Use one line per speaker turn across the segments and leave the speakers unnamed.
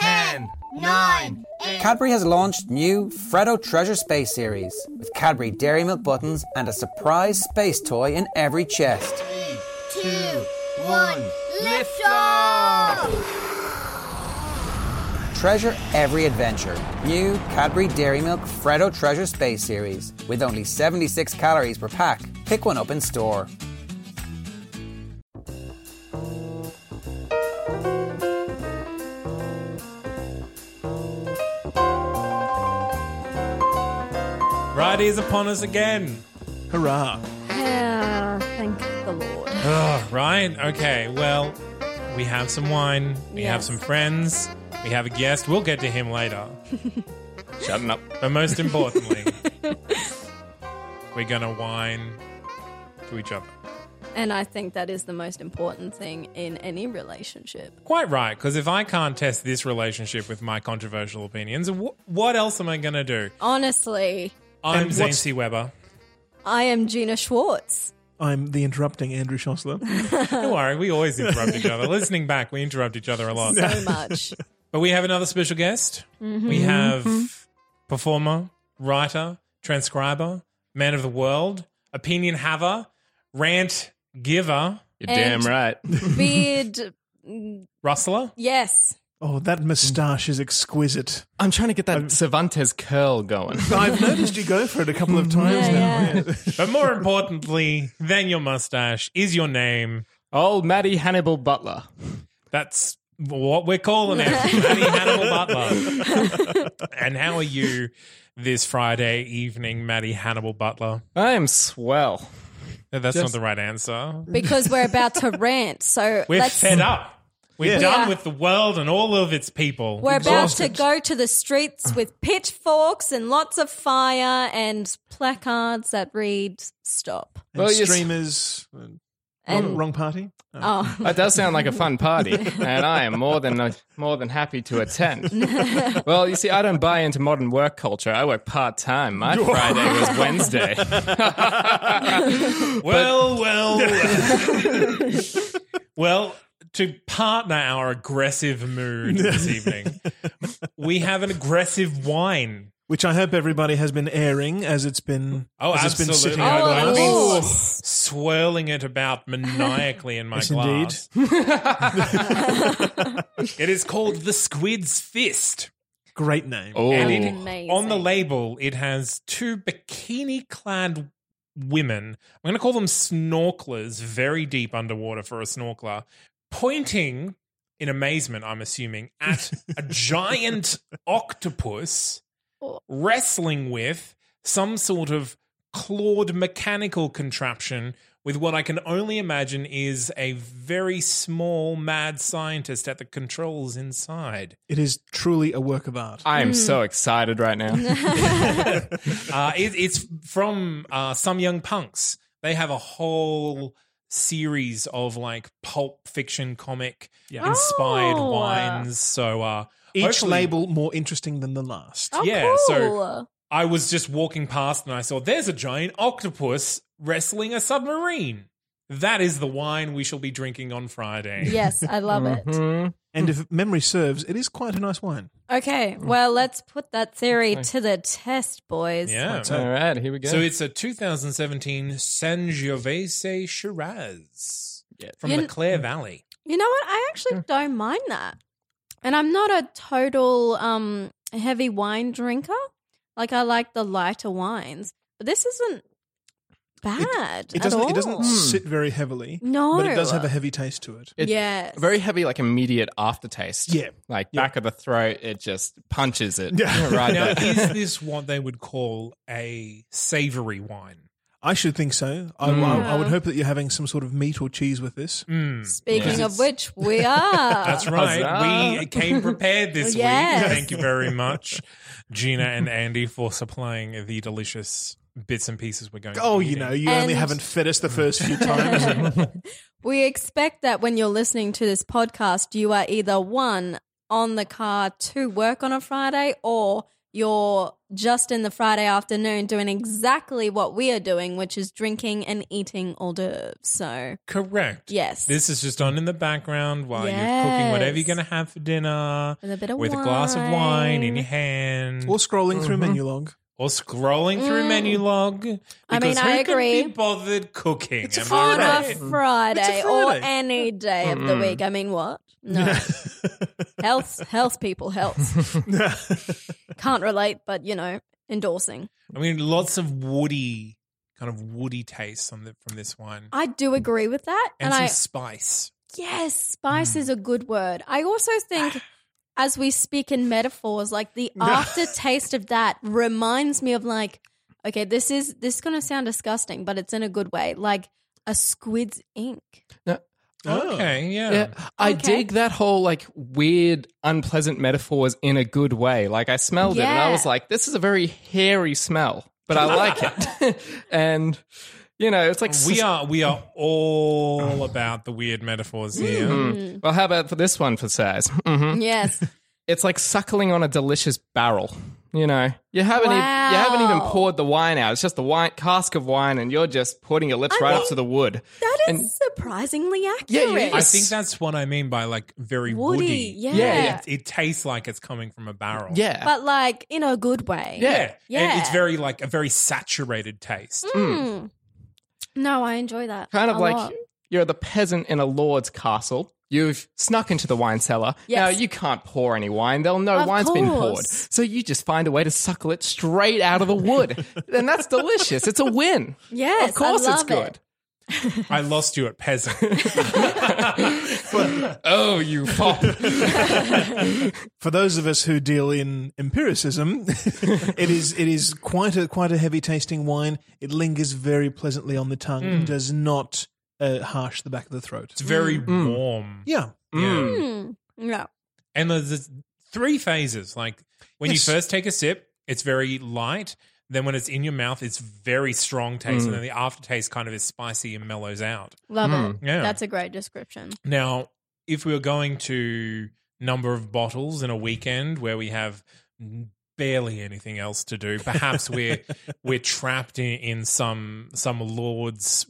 10, 9,
Cadbury has launched new Freddo Treasure Space series with Cadbury Dairy Milk buttons and a surprise space toy in every chest.
2, 1, lift off!
Treasure every adventure. New Cadbury Dairy Milk Freddo Treasure Space series with only 76 calories per pack. Pick one up in store.
Friday's upon us again. Hurrah.
Ah, thank the Lord.
Ugh, right? Okay, well, we have some wine, we have
Yes.
some friends, we have a guest. We'll get to him later.
Shutting up.
But most importantly, we're going to whine to each other.
And I think that is the most important thing in any relationship.
Quite right, because if I can't test this relationship with my controversial opinions, wh- what else am I going to do?
Honestly,
I'm
And
Zane
what's-
C. Weber.
I am Gina Schwartz.
I'm the interrupting Andrew Schossler.
Don't worry, we always interrupt each other. Listening back, we interrupt each other a lot.
So much.
But we have another special guest.
Mm-hmm.
We have performer, writer, transcriber, man of the world, opinion haver, rant giver,
You're
And-
damn right.
Beard. mm,
rustler.
Yes.
Oh, that moustache is exquisite.
I'm trying to get that Cervantes curl going.
I've noticed you go for it a couple of times
Mm. Yeah,
now.
yeah.
But more importantly than your mustache is your name.
Old Maddie Hannibal Butler.
That's what we're calling it. Maddie Hannibal Butler. and how are you this Friday evening, Maddie Hannibal Butler?
I am swell.
No, That's
Just-
not the right answer.
Because we're about to rant. So
We're
let's.
fed up. We're done
Yeah.
with the world and all of its people.
We're about to go to the streets with pitchforks and lots of fire and placards that read stop.
And
Well, yes.
streamers. and-
And
wrong, wrong party.
oh,
That does sound like a fun party, and I am more than more than happy to attend. Well, you see, I don't buy into modern work culture. I work part time. My Friday was Wednesday.
Well, well, well. well, to partner our aggressive mood this evening, we have an aggressive wine.
Which I hope everybody has been airing as it's been
Oh,
as it's been
absolutely.
sitting
Oh,
over
of
us.
course.
Swirling it about maniacally in my
Yes,
glass. Oh. it is called the Squid's Fist.
Great name.
And it-
Oh,
amazing.
on the label, it has two bikini clad women. I'm going to call them snorkelers, very deep underwater for a snorkeler, pointing in amazement, I'm assuming, at a giant octopus wrestling with some sort of clawed mechanical contraption with what I can only imagine is a very small mad scientist at the controls inside.
It is truly a work of art.
I am so excited right now.
Uh, it, it's from uh, some young punks. They have a whole series of like pulp fiction comic inspired
Oh.
wines. So uh,
Each
hopefully-
label more interesting than the last.
Oh,
yeah, so-
cool.
I was just walking past and I saw there's a giant octopus wrestling a submarine. That is the wine we shall be drinking on Friday.
yes, I love it.
Mhm.
And if memory serves, it is quite a nice wine.
Okay, well, let's put that theory to the test, boys.
Yeah.
All right, here we go.
So it's a 2017 Sangiovese Shiraz
Yeah.
from
You
the
kn-
Clare Valley.
You know what? I actually don't mind that. And I'm not a total um, heavy wine drinker. Like, I like the lighter wines, but this isn't bad.
It
at
doesn't
all.
it doesn't sit very heavily.
No.
But it does have a heavy taste to it.
It-
yes.
very heavy, like immediate aftertaste.
Yeah.
like
Yeah.
back of the throat, it just punches it
Yeah.
right
Now,
there.
is this what they would call a savory wine?
I should think so. I, I,
Mm.
I would hope that you're having some sort of meat or cheese with this.
Speaking of which, we are.
That's right.
Huzzah.
We came prepared this
Yes.
week. Thank you very much, Gina and Andy, for supplying the delicious bits and pieces we're going. to
Oh,
be
you
eating.
know, you
And-
only haven't fed us the first few times.
We expect that when you're listening to this podcast, you are either one on the car to work on a Friday or you're just in the Friday afternoon doing exactly what we are doing, which is drinking and eating hors d'oeuvres. So,
correct.
yes.
This is just on in the background while you're cooking whatever you're
Yes.
going to have for dinner
With a bit of
glass of wine in
wine.
your hand
or scrolling
Mm-hmm.
through menu log.
or scrolling through menu log.
Mm. I mean,
because
I
who can
agree.
be bothered cooking.
It's a
am I
on a
right?
Friday,
It's a
or
Friday.
any day of the week. I mean, what? No. health, health, people, health. Can't relate, but you know, endorsing.
I mean, lots of woody, kind of woody taste on the, from this wine,
I do agree with that,
and,
Oh, and,
some
I
spice.
yes, spice
Mm.
is a good word. I also think. As we speak in metaphors, like the aftertaste of that reminds me of like, okay, this is this is gonna sound disgusting, but it's in a good way, like a squid's ink.
Okay, yeah.
Yeah, I
Okay.
dig that whole like weird, unpleasant metaphors in a good way. Like I smelled it and I
Yeah.
was like, this is a very hairy smell, but I like it. and you know, it's like
We are we are all about the weird metaphors here.
Mm. Well, how about for this one for size? hmm
Hmm. Yes,
It's like suckling on a delicious barrel. You know, you haven't even, you haven't even
Wow.
poured the wine out. It's just the wine cask of wine, and you're just putting your lips right up
mean,
to the wood.
that is
And-
surprisingly accurate.
Yeah, you-
I think that's what I mean by like very woody.
Woody, yeah.
Yeah,
It, it tastes like it's coming from a barrel.
Yeah,
but like in a good way.
Yeah. And
Yeah.
it's very like a very saturated taste.
Mm. No, I enjoy that.
kind of
a
like
lot.
you're the peasant in a lord's castle. You've snuck into the wine cellar. Now
Yes.
you can't pour any wine. They'll know
Of
wine's been
course.
poured. So you just find a way to suckle it straight out of the wood. and that's delicious. It's a win.
Yes,
Of course
I
it's
love it.
good.
I lost you at peasant.
Oh, you pop.
For those of us who deal in empiricism, it is it is quite a quite a heavy tasting wine. It lingers very pleasantly on the tongue
Mm.
and does not uh, harsh the back of the throat.
It's very warm.
Yeah,
Mm.
Yeah.
Hmm. No.
And there's, there's three phases. Like when
Yes.
you first take a sip, it's very light. Then when it's in your mouth, it's very strong taste. And then the aftertaste kind of is spicy and mellows out.
Love
Hmm.
it.
Yeah.
That's a great description.
Now, if we were going to number of bottles in a weekend where we have barely anything else to do, perhaps we're we're trapped in, in some some lord's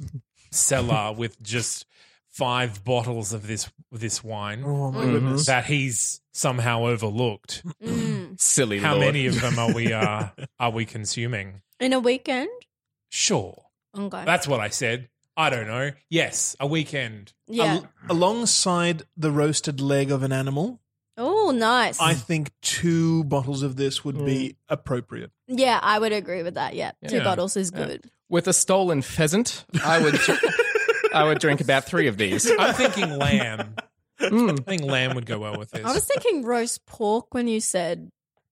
cellar with just five bottles of this this wine
Oh my
Mm-hmm.
Mhm.
goodness.
that he's somehow overlooked.
Mm.
Silly
How
lord.
many of them are we uh, are we consuming?
In a weekend?
Sure,
Okay.
that's what I said. I don't know. Yes, a weekend.
yeah.
Al- alongside the roasted leg of an animal,
Oh, nice.
I think two bottles of this would
Mm.
be appropriate.
yeah, I would agree with that. Yeah. Two
Yeah.
bottles is good.
With a stolen pheasant, I would I would drink about three of these.
I'm thinking lamb.
Mm.
I think lamb would go well with this.
I was thinking roast pork when you said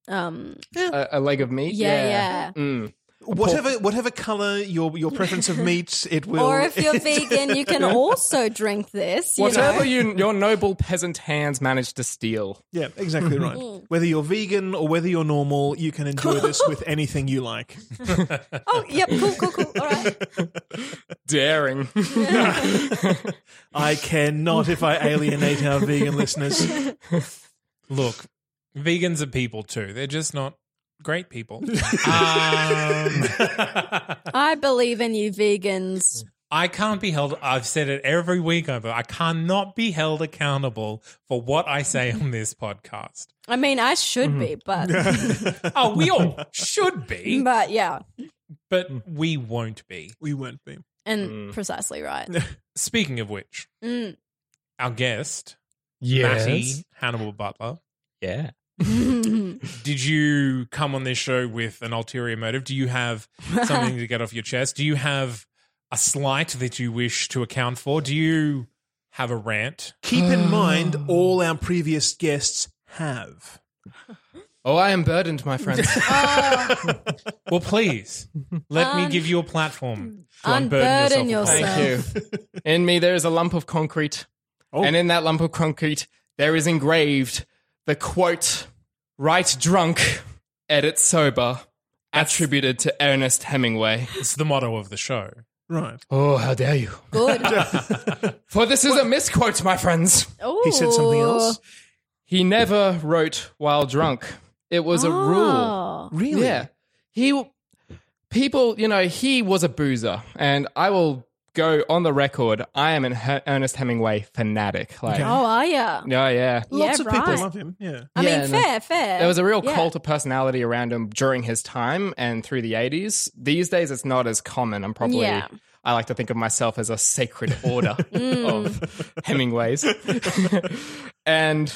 um
A, a leg of meat.
yeah, yeah.
Mm.
Whatever whatever color your your preference of meat, it will.
Or if you're vegan, you can also drink this. You know?
Whatever you, your noble peasant hands managed to steal.
Yeah, exactly right.
Mm-hmm.
Whether you're vegan or whether you're normal, you can enjoy this with anything you like.
Oh, yep, cool, cool, cool. All right.
Daring.
I care not if I alienate our vegan listeners.
Look, vegans are people too. They're just not great people. um,
I believe in you vegans.
I can't be held. I've said it every week over. I cannot be held accountable for what I say on this podcast.
I mean, I should
Mm-hmm.
be, but
Oh, we all should be,
but yeah,
but we won't be.
We won't be.
and
Mm.
precisely right.
Speaking of which,
Mm.
our guest, Matty Hannibal Butler.
Yeah.
Did you come on this show with an ulterior motive? Do you have something to get off your chest? Do you have a slight that you wish to account for? Do you have a rant?
Oh.
Keep in mind, all our previous guests have.
Oh, I am burdened, my friends.
Well, please let me give you a platform to
Unburden
unburden yourself.
yourself.
Thank you. In me, there is a lump of concrete. And in that lump of concrete, there is engraved the quote, right drunk, edit sober, attributed to Ernest Hemingway.
It's the motto of the show.
Right.
Oh, how dare you.
Good.
For this is a misquote, my friends.
He said something
Ooh.
else.
He never wrote while drunk. It was a
Oh.
rule.
Really?
Yeah. He people, you know, he was a boozer and I will go on the record, I am an Her- Ernest Hemingway fanatic. Like
Okay.
Oh, are ya?
Oh yeah.
Lots
yeah,
of
right.
people love him. Yeah.
I
Yeah,
mean,
no.
fair, fair.
There was a real
Yeah.
cult of personality around him during his time and through the 80s. These days, it's not as common. I'm probably,
Yeah.
I like to think of myself as a sacred order of
Mm.
Hemingways. and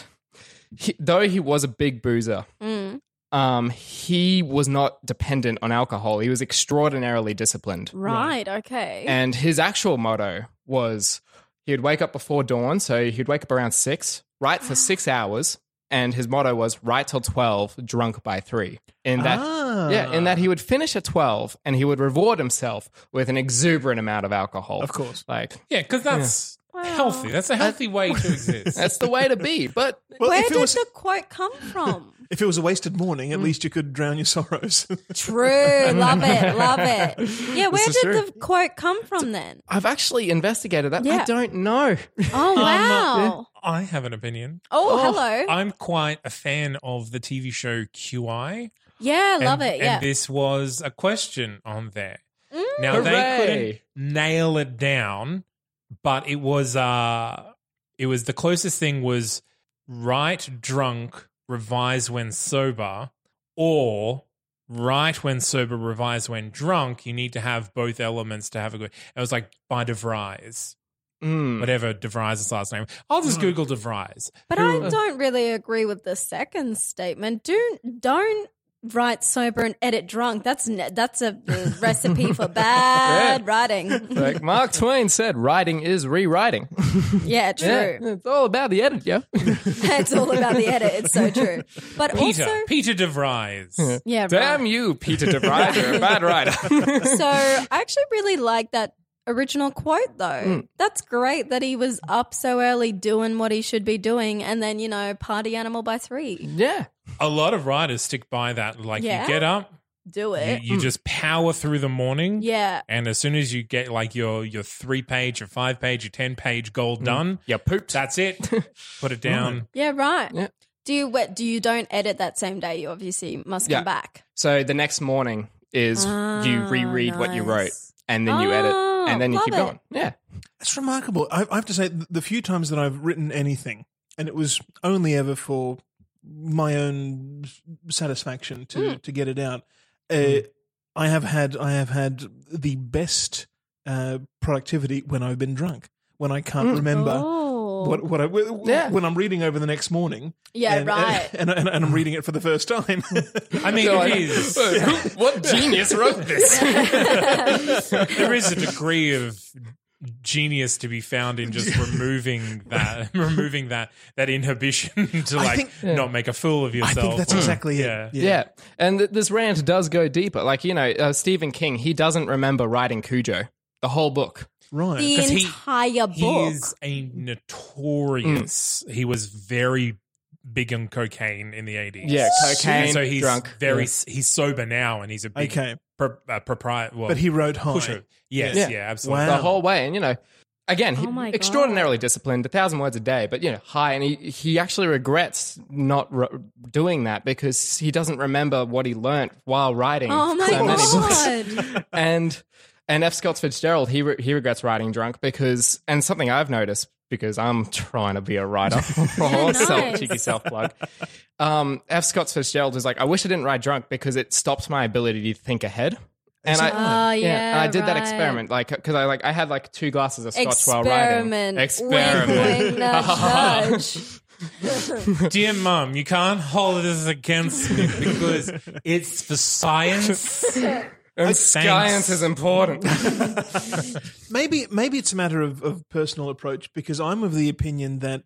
he, though he was a big boozer,
Mm.
um, he was not dependent on alcohol. He was extraordinarily disciplined.
Right, okay.
And his actual motto was he would wake up before dawn, so he'd wake up around six, write for six hours, and his motto was write till twelve, drunk by three. In that
Ah.
Yeah, in that he would finish at twelve and he would reward himself with an exuberant amount of alcohol.
Of course.
Like
Yeah, because that's healthy. That's a healthy way to exist.
that's the way to be. But
Well,
Where
if
did
it was
the Mm. quote come from?
if it was a wasted morning, at least you could drown your sorrows.
true. Love it. Love it. Yeah, where
is
did
true.
the quote come from then?
I've actually investigated that.
Yeah.
I don't know.
Oh, wow.
Um, I have an opinion.
Oh, hello.
I'm quite a fan of the TV show QI.
Yeah, love
and,
it. Yeah. Mm.
And this was a question on there. Now they
Hooray.
couldn't nail it down, but it was uh it was the closest thing was right drunk, revise when sober, or right when sober, revise when drunk. You need to have both elements to have a good it was like by DeVries.
Mm.
Whatever DeVries' is last name. I'll just Google DeVries.
But I don't really agree with the second statement. Do don't write sober and edit drunk. That's ne- that's a uh, recipe for bad
Yeah.
writing.
Like Mark Twain said, writing is rewriting.
yeah, true.
Yeah, it's all about the edit, yeah.
it's all about the edit. It's so true. But
Peter.
also,
Peter DeVries.
yeah,
Damn
right.
you, Peter DeVries, you're a bad writer.
So I actually really like that original quote though.
Mm.
That's great that he was up so early doing what he should be doing and then, you know, party animal by 3.
yeah.
A lot of writers stick by that. Like
Yeah.
you get up,
Do
you,
it.
you just power through the morning.
yeah.
And as soon as you get like your your three page, your five page, your ten page goal
Mm.
done,
Mm. Yeah, pooped.
that's it. Put it down.
Yeah, right.
Yeah.
Do you what do you don't edit that same day? You obviously must come
Yeah.
back.
So the next morning is you
Ah,
reread what you wrote
nice.
and then you edit
Oh,
and then you
love
keep
it.
going. Yeah.
That's remarkable. I, I have to say, th- the few times that I've written anything, and it was only ever for my own s- satisfaction to
Hmm.
to get it out. Uh, I have had I have had the best uh, productivity when I've been drunk, when I can't remember.
Hmm. Oh.
What what I w-
Yeah.
when I'm reading over the next morning,
Yeah,
and, uh,
right.
and, and, and I'm reading it for the first time.
I mean,
You're
it
like,
is.
"Who- what genius wrote this?
there is a degree of genius to be found in just removing that, removing that that inhibition to like
think-
not make a fool of
I
yourself.
think that's
or-
exactly
hmm. yeah.
it.
yeah. And th- this rant does go deeper. Like, you know, uh, Stephen King, he doesn't remember writing Cujo, the whole book.
right.
the
'Cause he-
entire
He
book.
is a notorious. He was very big on cocaine in the eighties.
Yeah,
And
cocaine,
so he's
drunk.
very
Yeah.
he's sober now, and he's a big
Okay.
pro, uh, proprietor. Well,
But he wrote high.
pusher. Yes, yeah,
Yeah.
absolutely.
Wow.
the whole way. And you know, again, he,
Oh my God.
extraordinarily disciplined, a thousand words a day, but you know, high. And he he actually regrets not re- doing that because he doesn't remember what he learnt while writing.
oh my
so many books.
god.
And and F. Scott Fitzgerald, he re- he regrets writing drunk because, and something I've noticed because I'm trying to be a writer, self
nice.
cheeky self plug. Um, F. Scott Fitzgerald is like, I wish I didn't write drunk because it stopped my ability to think ahead. And I,
Oh yeah.
and I did that
right.
experiment, like, because I like I had like two glasses of scotch
Experiment.
while riding. Experiment.
Wink, wink, nudge, nudge.
Dear mum, you can't hold this against me because it's for science.
And
Thanks.
science is important.
Hmm.
Hmm.
maybe maybe it's a matter of, of personal approach because I'm of the opinion that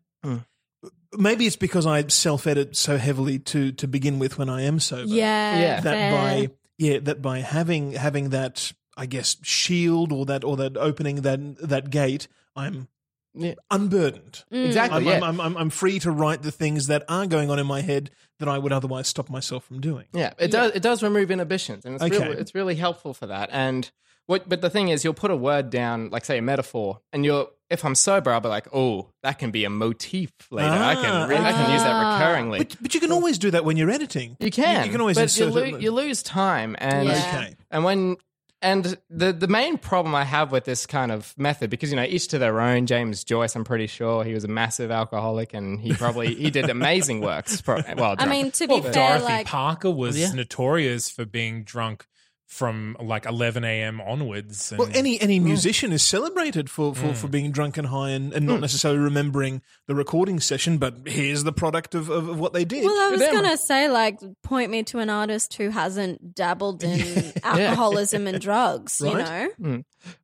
maybe it's because I self edit so heavily to to begin with when I am sober.
Yeah.
Yeah.
that
fair.
by yeah that by having having that I guess shield or that or that opening that that gate I'm
Yeah.
unburdened.
Mm.
Exactly.
I'm,
yeah.
I'm, I'm, I'm free to write the things that are going on in my head that I would otherwise stop myself from doing.
Yeah, it does. It does remove inhibitions, and it's
Okay.
really, it's really helpful for that. And what, but the thing is, you'll put a word down, like say a metaphor, and you'll if I'm sober, I'll be like, oh, that can be a motif later. I
Ah,
can re- I can use that recurringly.
But, but you can always do that when you're editing.
you can.
You, can always
but you,
insert
lo-
it.
you lose time, and
Yeah.
Okay.
and when and the the main problem I have with this kind of method because you know each to their own. James Joyce, I'm pretty sure he was a massive alcoholic, and he probably he did amazing works. Pro- well,
I
drunk.
mean, to be
Well,
fair,
Dorothy
like
Parker was
Yeah.
notorious for being drunk from like 11 a.m. onwards. And
Well, any any musician is celebrated for, for, for being drunk and high and, and not necessarily remembering the recording session, but here's the product of, of, of what they did.
Well, I was
them.
going to say, like, point me to an artist who hasn't dabbled in alcoholism and drugs, you know?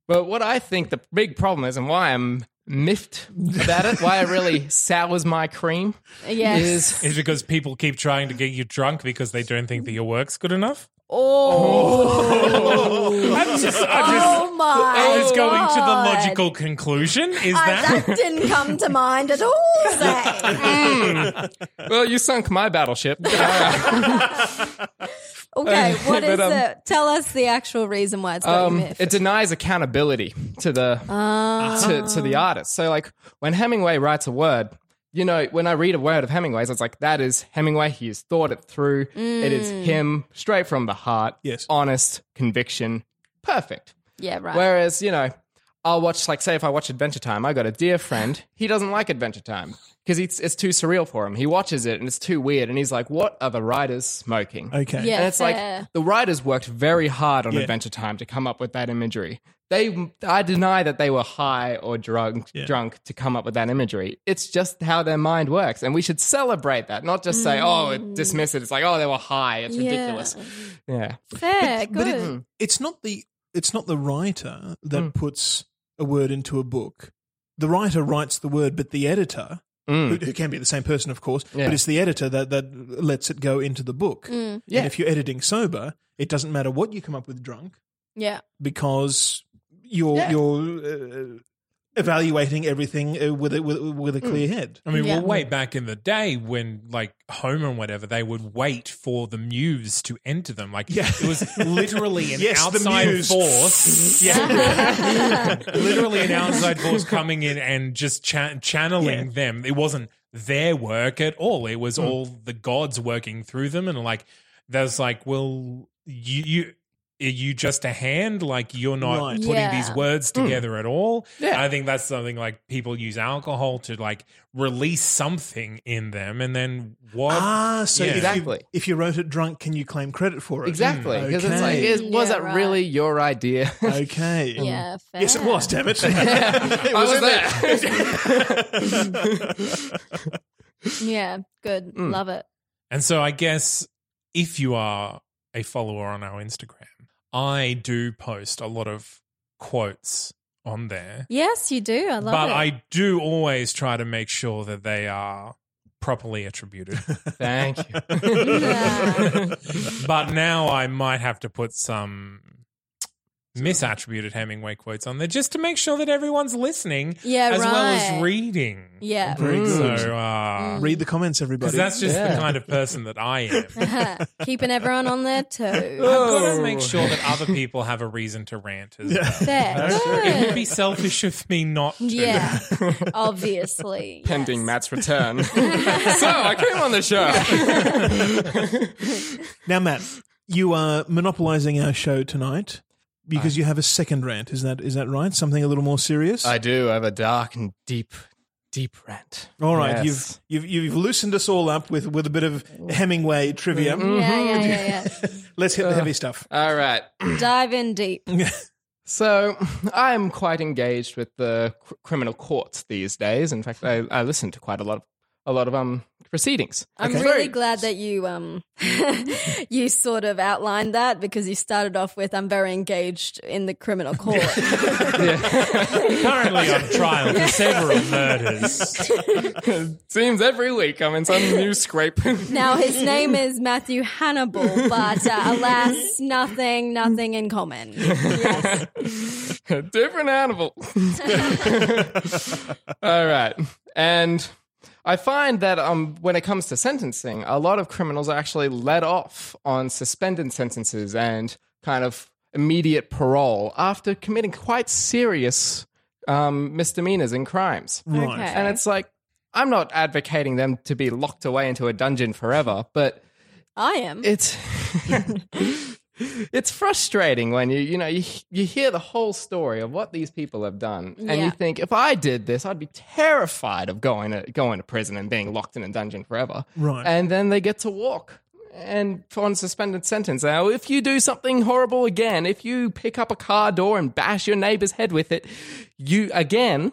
But what I think the big problem is, and why I'm miffed about it, why it really sours my cream,
Yes.
is
is because people keep trying to get you drunk because they don't think that your work's good enough.
Oh,
I'm just, I'm just,
oh my.
I was going to
God.
the logical conclusion. Is
I,
that?
that didn't come to mind at all, Zay.
well, you sunk my battleship.
Okay, what is
But, um,
it? Tell us the actual reason why it's got
Um,
you miffed.
it denies accountability to the to, to the artist. So, like when Hemingway writes a word, you know, when I read a word of Hemingway's, it's like that is Hemingway. He has thought it through. It is him, straight from the heart.
Yes.
honest conviction, perfect.
yeah, right.
Whereas, you know, I'll watch, like, say, if I watch Adventure Time, I got a dear friend. He doesn't like Adventure Time because it's, it's too surreal for him. He watches it and it's too weird. And he's like, what are the writers smoking?
okay.
yeah,
And it's
fair.
like the writers worked very hard on
Yeah.
Adventure Time to come up with that imagery. They, I deny that they were high or drunk,
Yeah.
drunk to come up with that imagery. It's just how their mind works, and we should celebrate that, not just say, "Oh, it- dismiss it." It's like, "Oh, they were high. It's
Mm. Yeah.
ridiculous." Yeah,
fair, good.
but it, it's not the it's not the writer that puts a word into a book. The writer writes the word, but the editor,
Mm.
who, who can be the same person, of course,
Yeah.
but it's the editor that that lets it go into the book.
Yeah.
And if you're editing sober, it doesn't matter what you come up with drunk
yeah.
because you're
Yeah.
you're uh, evaluating everything uh, with a, with, with
Mm.
a clear head.
I mean,
Yeah.
well, way back in the day when, like, Homer and whatever, they would wait for the muse to enter them. Like, it was literally an
Yes, the
outside
muse.
force. literally an outside force coming in and just cha- channeling
Yeah. Hmm.
them. It wasn't their work at all. It was all the gods working through them, and like there's like, well, you you. Are you just a hand? Like you're not
Right. Hmm.
putting
Yeah.
these words together at all.
Yeah.
I think that's something like people use alcohol to like release something in them, and then what?
Ah, so
Yeah.
if,
Exactly.
you, if you wrote it drunk, can you claim credit for Mm. it? Hmm,
exactly. Because it's like,
Okay.
is, was
Yeah,
that
right.
really your idea?
okay. Mm.
Yeah, fair.
Yes, it was. Damn it!
I
it was
was
in there.
there.
Yeah, good. Love it.
And so I guess if you are a follower on our Instagram, I do post a lot of quotes on there.
Yes, you do. I love
but
it.
I do always try to make sure that they are properly attributed.
Thank you.
Yeah.
but now I might have to put some misattributed Hemingway quotes on there just to make sure that everyone's listening
Yeah,
as well as
right.
reading.
yeah. Mm.
Very
Hmm. So,
good.
uh,
Read the comments, everybody.
'cause that's just
Yeah.
the kind of person that I am.
Uh-huh. Keeping everyone on their toes.
Oh.
I've got to make sure that other people have a reason to rant as well.
Fair.
It would
Good.
be selfish of me not to.
Yeah, obviously.
Pending
yes.
Matt's return. so I came on the show.
now, Matt, you are monopolizing our show tonight because you have a second rant. Is that is that right? Something a little more serious.
I do have a dark and deep, deep rant.
All right,
Yes.
you've, you've you've loosened us all up with with a bit of Hemingway trivia.
Yeah, yeah, Mm-hmm. yeah,
Let's hit the heavy stuff.
All right.
yeah. Dive in deep.
So I am quite engaged with the cr- criminal courts these days. In fact, I, I listen to quite a lot of, a lot of um proceedings.
I'm really glad that you um you sort of outlined that because you started off with I'm very engaged in the criminal court.
Currently on trial for several murders.
Seems every week I'm in some new scrape.
now his name is Matthew Hannibal, but uh, alas, nothing, nothing in common. Yes.
Different animal. All right. And I find that um, when it comes to sentencing, a lot of criminals are actually let off on suspended sentences and kind of immediate parole after committing quite serious um, misdemeanors and crimes.
Right.
Okay.
And it's like, I'm not advocating them to be locked away into a dungeon forever, but
I am.
it's it's frustrating when you you know you you hear the whole story of what these people have done and
Yeah.
you think if I did this I'd be terrified of going to going to prison and being locked in a dungeon forever.
Right.
And then they get to walk and on suspended sentence. Now, if you do something horrible again, if you pick up a car door and bash your neighbor's head with it, you again,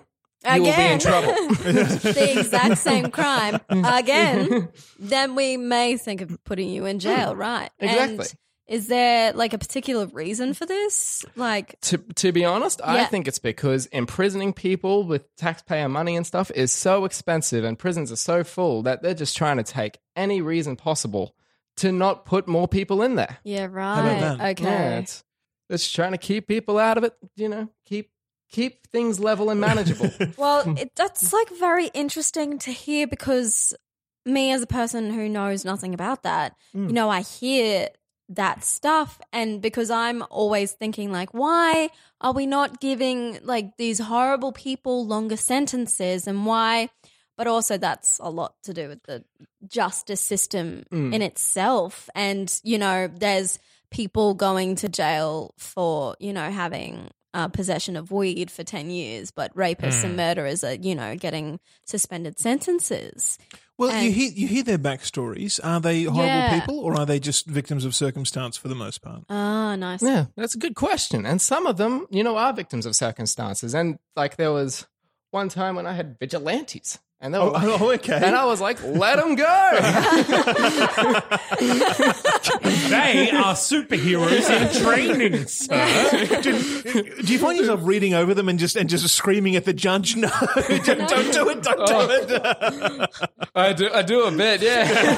you will be in
Again.
trouble.
the exact same crime again, then we may think of putting you in jail, right?
Exactly.
And is there like a particular reason for this? Like,
to to be honest, I
Yeah.
think it's because imprisoning people with taxpayer money and stuff is so expensive, and prisons are so full that they're just trying to take any reason possible to not put more people in there.
yeah,
that?
right. Okay.
Yeah, it's it's trying to keep people out of it. You know, keep keep things level and manageable.
Well, it, that's like very interesting to hear because me, as a person who knows nothing about that, you know, I hear that stuff. And because I'm always thinking, like, why are we not giving like these horrible people longer sentences and why? But also, that's a lot to do with the justice system
Mm.
in itself. And, you know, there's people going to jail for, you know, having uh, possession of weed for 10 years, but rapists
Mm.
and murderers are, you know, getting suspended sentences.
Well, you
And-
hear you hear their backstories. Are they horrible
Yeah.
people, or are they just victims of circumstance for the most part?
Ah, nice.
Yeah, that's a good question. And some of them, you know, are victims of circumstances. And like there was one time when I had vigilantes, and they were
Oh,
like,
oh, okay.
and I was like, let them go.
They are superheroes in training, sir.
do you find yourself reading over them and just and just screaming at the judge? No, don't, don't do it! Don't
Oh.
do it!
I do, I do a bit, yeah.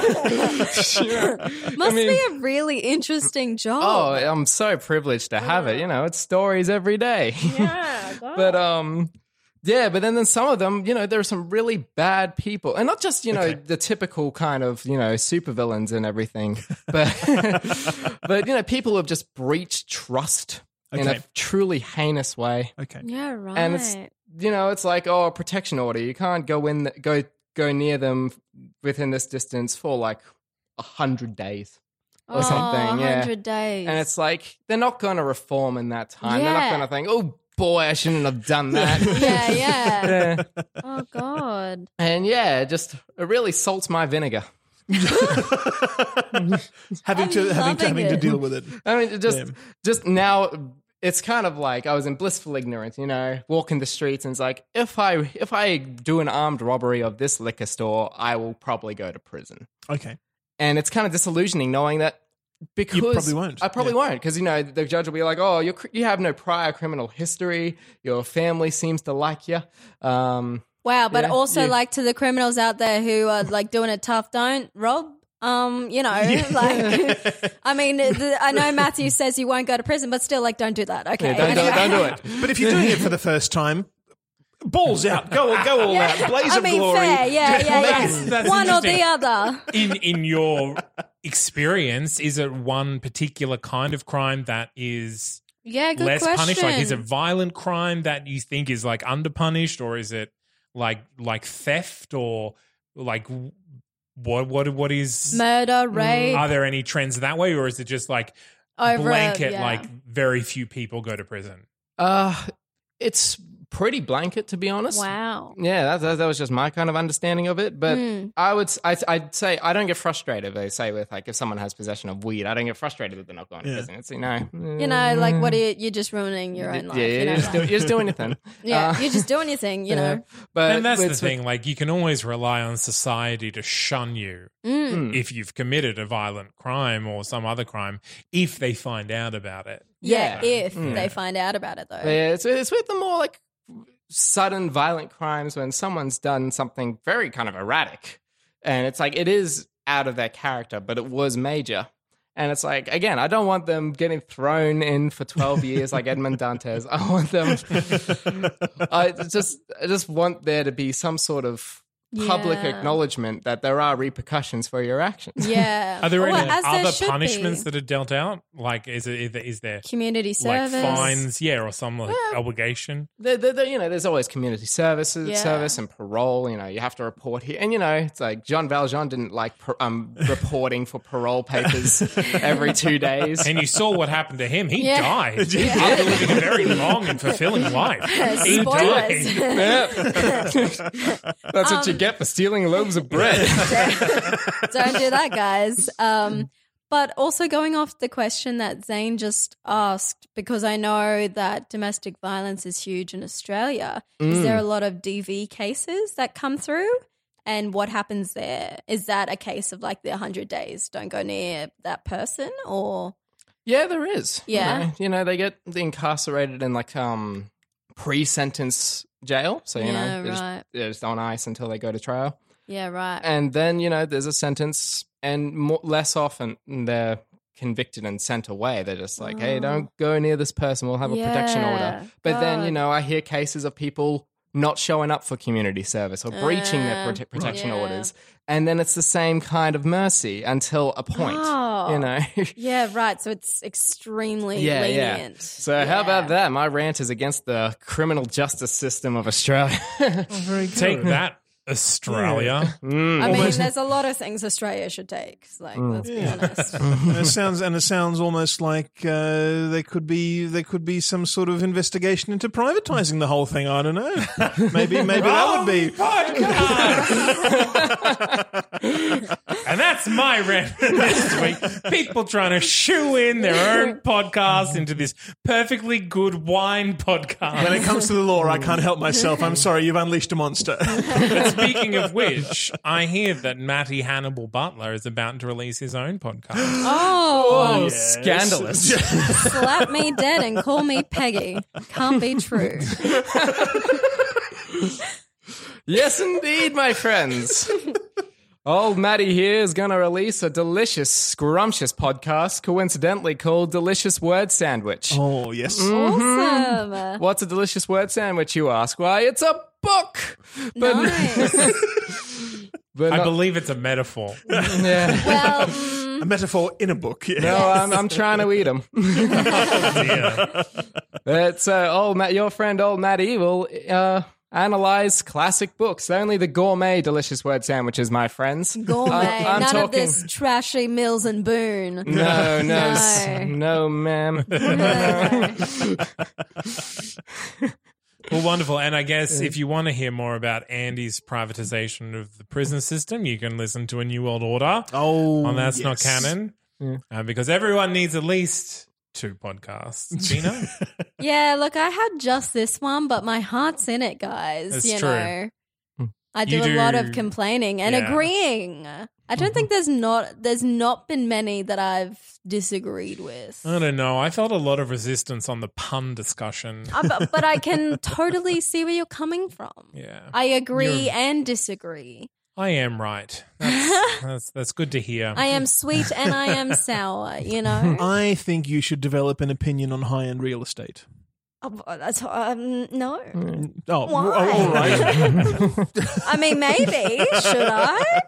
sure.
Must
I mean-
be a really interesting
Oh,
job.
I'm so privileged to have it. You know, it's stories every day.
yeah.
but um, yeah. But then, then some of them, you know, there are some really bad people, and not just you know the typical kind of you know supervillains and everything, but but you know people who have just breached trust in
Okay.
a truly heinous way.
okay.
yeah, right.
and it's you know it's like oh a protection order you can't go in th- go go near them within this distance for like a hundred days or something, yeah.
100 Oh, days.
and it's like they're not going to reform in that time they're not
Yeah.
going to think oh boy i shouldn't have done that
yeah, yeah.
Yeah.
Oh, God.
and yeah it just it really salts my vinegar
Having
I'm
to having to
loving
having to
it.
deal with it.
i mean it just
Yeah.
just now it's kind of like i was in blissful ignorance you know walking the streets and it's like if i if i do an armed robbery of this liquor store i will probably go to prison
Okay.
and it's kind of disillusioning knowing that because
probably won't.
I probably
Yeah.
won't because you know the judge will be like, "Oh, you you have no prior criminal history. Your family seems to like you." Um,
Wow. But
Yeah,
also,
yeah.
like, to the criminals out there who are like doing it tough, don't rob. Um, you know, like, I mean, the, I know Matthew says you won't go to prison, but still, like, don't do that. Okay.
yeah, don't, do it, don't do it.
But if you're doing it for the first time, balls out, go go all
Yeah.
out, blaze
I
of
mean,
glory.
fair. Yeah, yeah, yeah.
that's
One or
interesting.
the other.
in in your experience, is it one particular kind of crime that is
Yeah, good
less
question.
punished? Like, is it violent crime that you think is like underpunished, or is it like like theft or like w- what what what is?
Mm,
murder, rape,
Are there any trends that way, or is it just like
over a-
blanket?
yeah.
Like very few people go to prison.
Uh, it's pretty blanket, to be honest.
Wow. Hmm,
Yeah, that, that, that was just my kind of understanding of it. But I would, s- I, would say I don't get frustrated. They say with like if someone has possession of weed, I don't get frustrated that they're not going to
Yeah.
prison. It's you know,
You know, like what are you? You're just ruining your own life.
Mm. yeah,
you
yeah,
know,
you're just, do-
like-
you're just doing your thing.
yeah,
Uh,
you're just doing your thing. You know.
but
and that's the
Uh, it's-
thing. Like, you can always rely on society to shun you
Hmm,
if you've committed a violent crime or some other crime, if they find out about it.
Yeah,
Yeah.
if
Mm.
they find out about it though.
Yeah, it's it's with the more like sudden violent crimes when someone's done something very kind of erratic, and it's like it is out of their character, but it was major. And it's like again, I don't want them getting thrown in for twelve years like Edmond Dantes. I want them. I just I just want there to be some sort of public
Yeah.
acknowledgement that there are repercussions for your actions.
Yeah.
Are there
Well,
any
as there
other
should
punishments
be.
that are dealt out? Like, is it is there
community
like
service?
fines? Yeah, or some like obligation.
there, there, there- you know, there's always community services,
Yeah.
service and parole. You know, you have to report here, and you know, it's like Jean Valjean didn't like par- um, reporting for parole papers every two days.
And you saw what happened to him. He
Yeah.
died after living a very long and fulfilling life. He died.
Spoilers.
That's what
Um,
you get for stealing loaves of bread.
Don't do that, guys. Um, but also going off the question that Zane just asked, because I know that domestic violence is huge in Australia. Is there a
Mm.
lot of DV cases that come through? And what happens there? Is that a case of like the 100 days don't go near that person? Or
yeah, there is. you
Yeah.
know. you know, they get incarcerated in like um pre-sentence jail, so you
Yeah,
know, they're,
right.
just, Eh. they're just on ice until they go to trial.
yeah, right.
and then you know there's a sentence and more, less often they're convicted and sent away they're just like hey don't go near this person we'll have a protection
Oh. Yeah,
order but then you
God.
know i hear cases of people not showing up for community service or breaching their
Uh,
prote- protection
yeah.
orders and then it's the same kind of mercy until a point
Oh.
you know
yeah, right. So it's extremely
yeah yeah
lenient.
so how about that my rant is against the criminal justice system of australia
Take that, Australia.
I mean, there's a lot of things Australia should take. Like, let's
Mm.
be honest.
And it sounds and it sounds almost like uh, there could be there could be some sort of investigation into privatizing the whole thing. I don't know. Maybe maybe that would be
and that's my rant for this week. People trying to shoe in their own podcast into this perfectly good wine
when
podcast.
it comes to the law. I can't help myself. I'm sorry. You've unleashed a monster.
But speaking of which, I hear that Matty Hannibal Butler is about to release his own podcast.
Oh,
scandalous
slap me dead and call me Peggy. Can't be true.
Yes, indeed, my friends. Old Matty here is going to release a delicious, scrumptious podcast, coincidentally called Delicious Word Sandwich.
oh yes.
Mm. Awesome.
What's a delicious word sandwich, you ask? Why, it's a book! But,
Nice.
but
I
not-
believe it's a metaphor.
yeah.
Well, mm,
A metaphor in a book. Yeah.
No, I'm, I'm trying to eat them. Oh,
Yeah.
But so, old Matt, your friend, old Matty, will uh, analyze classic books, only the gourmet delicious word sandwiches, my friends.
gourmet.
I- I'm
None of
talking-
this trashy Mills and Boone.
No, no,
No.
s- no ma'am.
No.
Mm. Well, wonderful. And I guess if you want to hear more about Andy's privatization of the prison system, you can listen to A New World Order
Oh,
on That's Not
yes.
Canon. Uh, because everyone needs at least two podcasts. Gina?
Yeah, look, I had just this one, but my heart's in it, guys.
That's
you
true. Mm.
know, I do,
You
a lot
do-
of complaining and
Yeah. Mm-hmm.
agreeing. I don't think there's not there's not been many that I've disagreed with.
I don't know. I felt a lot of resistance on the pun discussion.
Uh, but, but I can totally see where you're coming from.
Yeah.
I agree
You're-
and disagree.
I am right. That's, that's, that's good to hear.
I am sweet and I am sour. You know.
I think you should develop an opinion on high end real estate.
Oh, that's um, no.
Oh,
Why?
oh, all right.
I mean, maybe should I?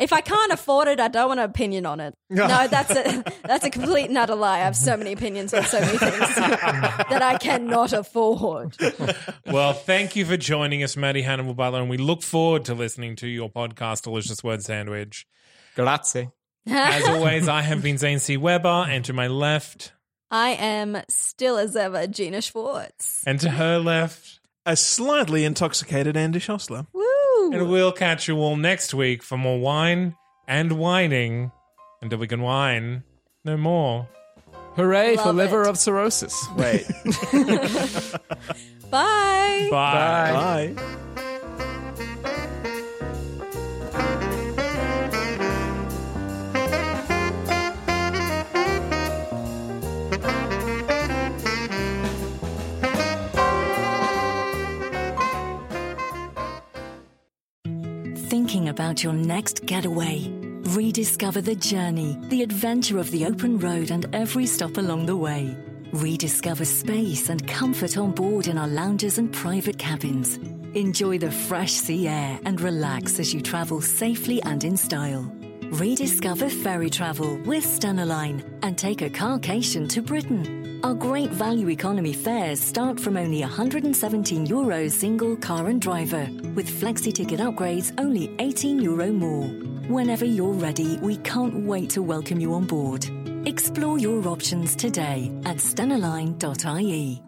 If I can't afford it, I don't want an opinion on it. No, that's a that's a complete and utter lie. I have so many opinions on so many things that I cannot afford.
Well, thank you for joining us, Maddie Hannibal Butler, and we look forward to listening to your podcast, Delicious Word Sandwich.
Grazie.
As always, I have been Zane C. Weber, and to my left,
I am still as ever Gina Schwartz.
and to her left,
a slightly intoxicated Andy Schossler.
And
Woo!
we'll catch you all next week for more wine and whining until we can whine no more.
Hooray for
Love
liver
it.
of cirrhosis. Wait.
Bye.
Bye.
Bye.
Thinking about your next getaway? Rediscover the journey, the adventure of the open road, and every stop along the way. Rediscover space and comfort on board in our lounges and private cabins. Enjoy the fresh sea air and relax as you travel safely and in style. Rediscover ferry travel with Stenaline and take a carcation to Britain. Our great value economy fares start from only 117 euro single car and driver, with flexi ticket upgrades only 18 euro more. Whenever you're ready, we can't wait to welcome you on board. Explore your options today at stenaline.ie.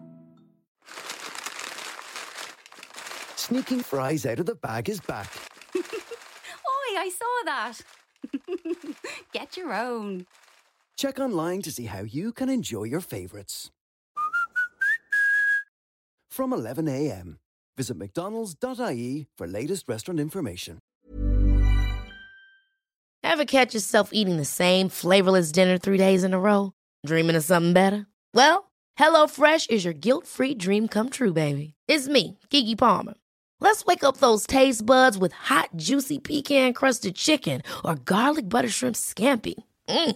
Sneaking fries out of the bag is back.
Oi, I saw that. Get your own.
Check online to see how you can enjoy your favorites. From 11 a.m. Visit mcdonald's.ie E for latest restaurant information.
Ever catch yourself eating the same flavorless dinner three days in a row? Dreaming of something better? Well, HelloFresh is your guilt free dream come true, baby. It's me, Gigi Palmer. Let's wake up those taste buds with hot, juicy pecan crusted chicken or garlic butter shrimp scampi. Mm.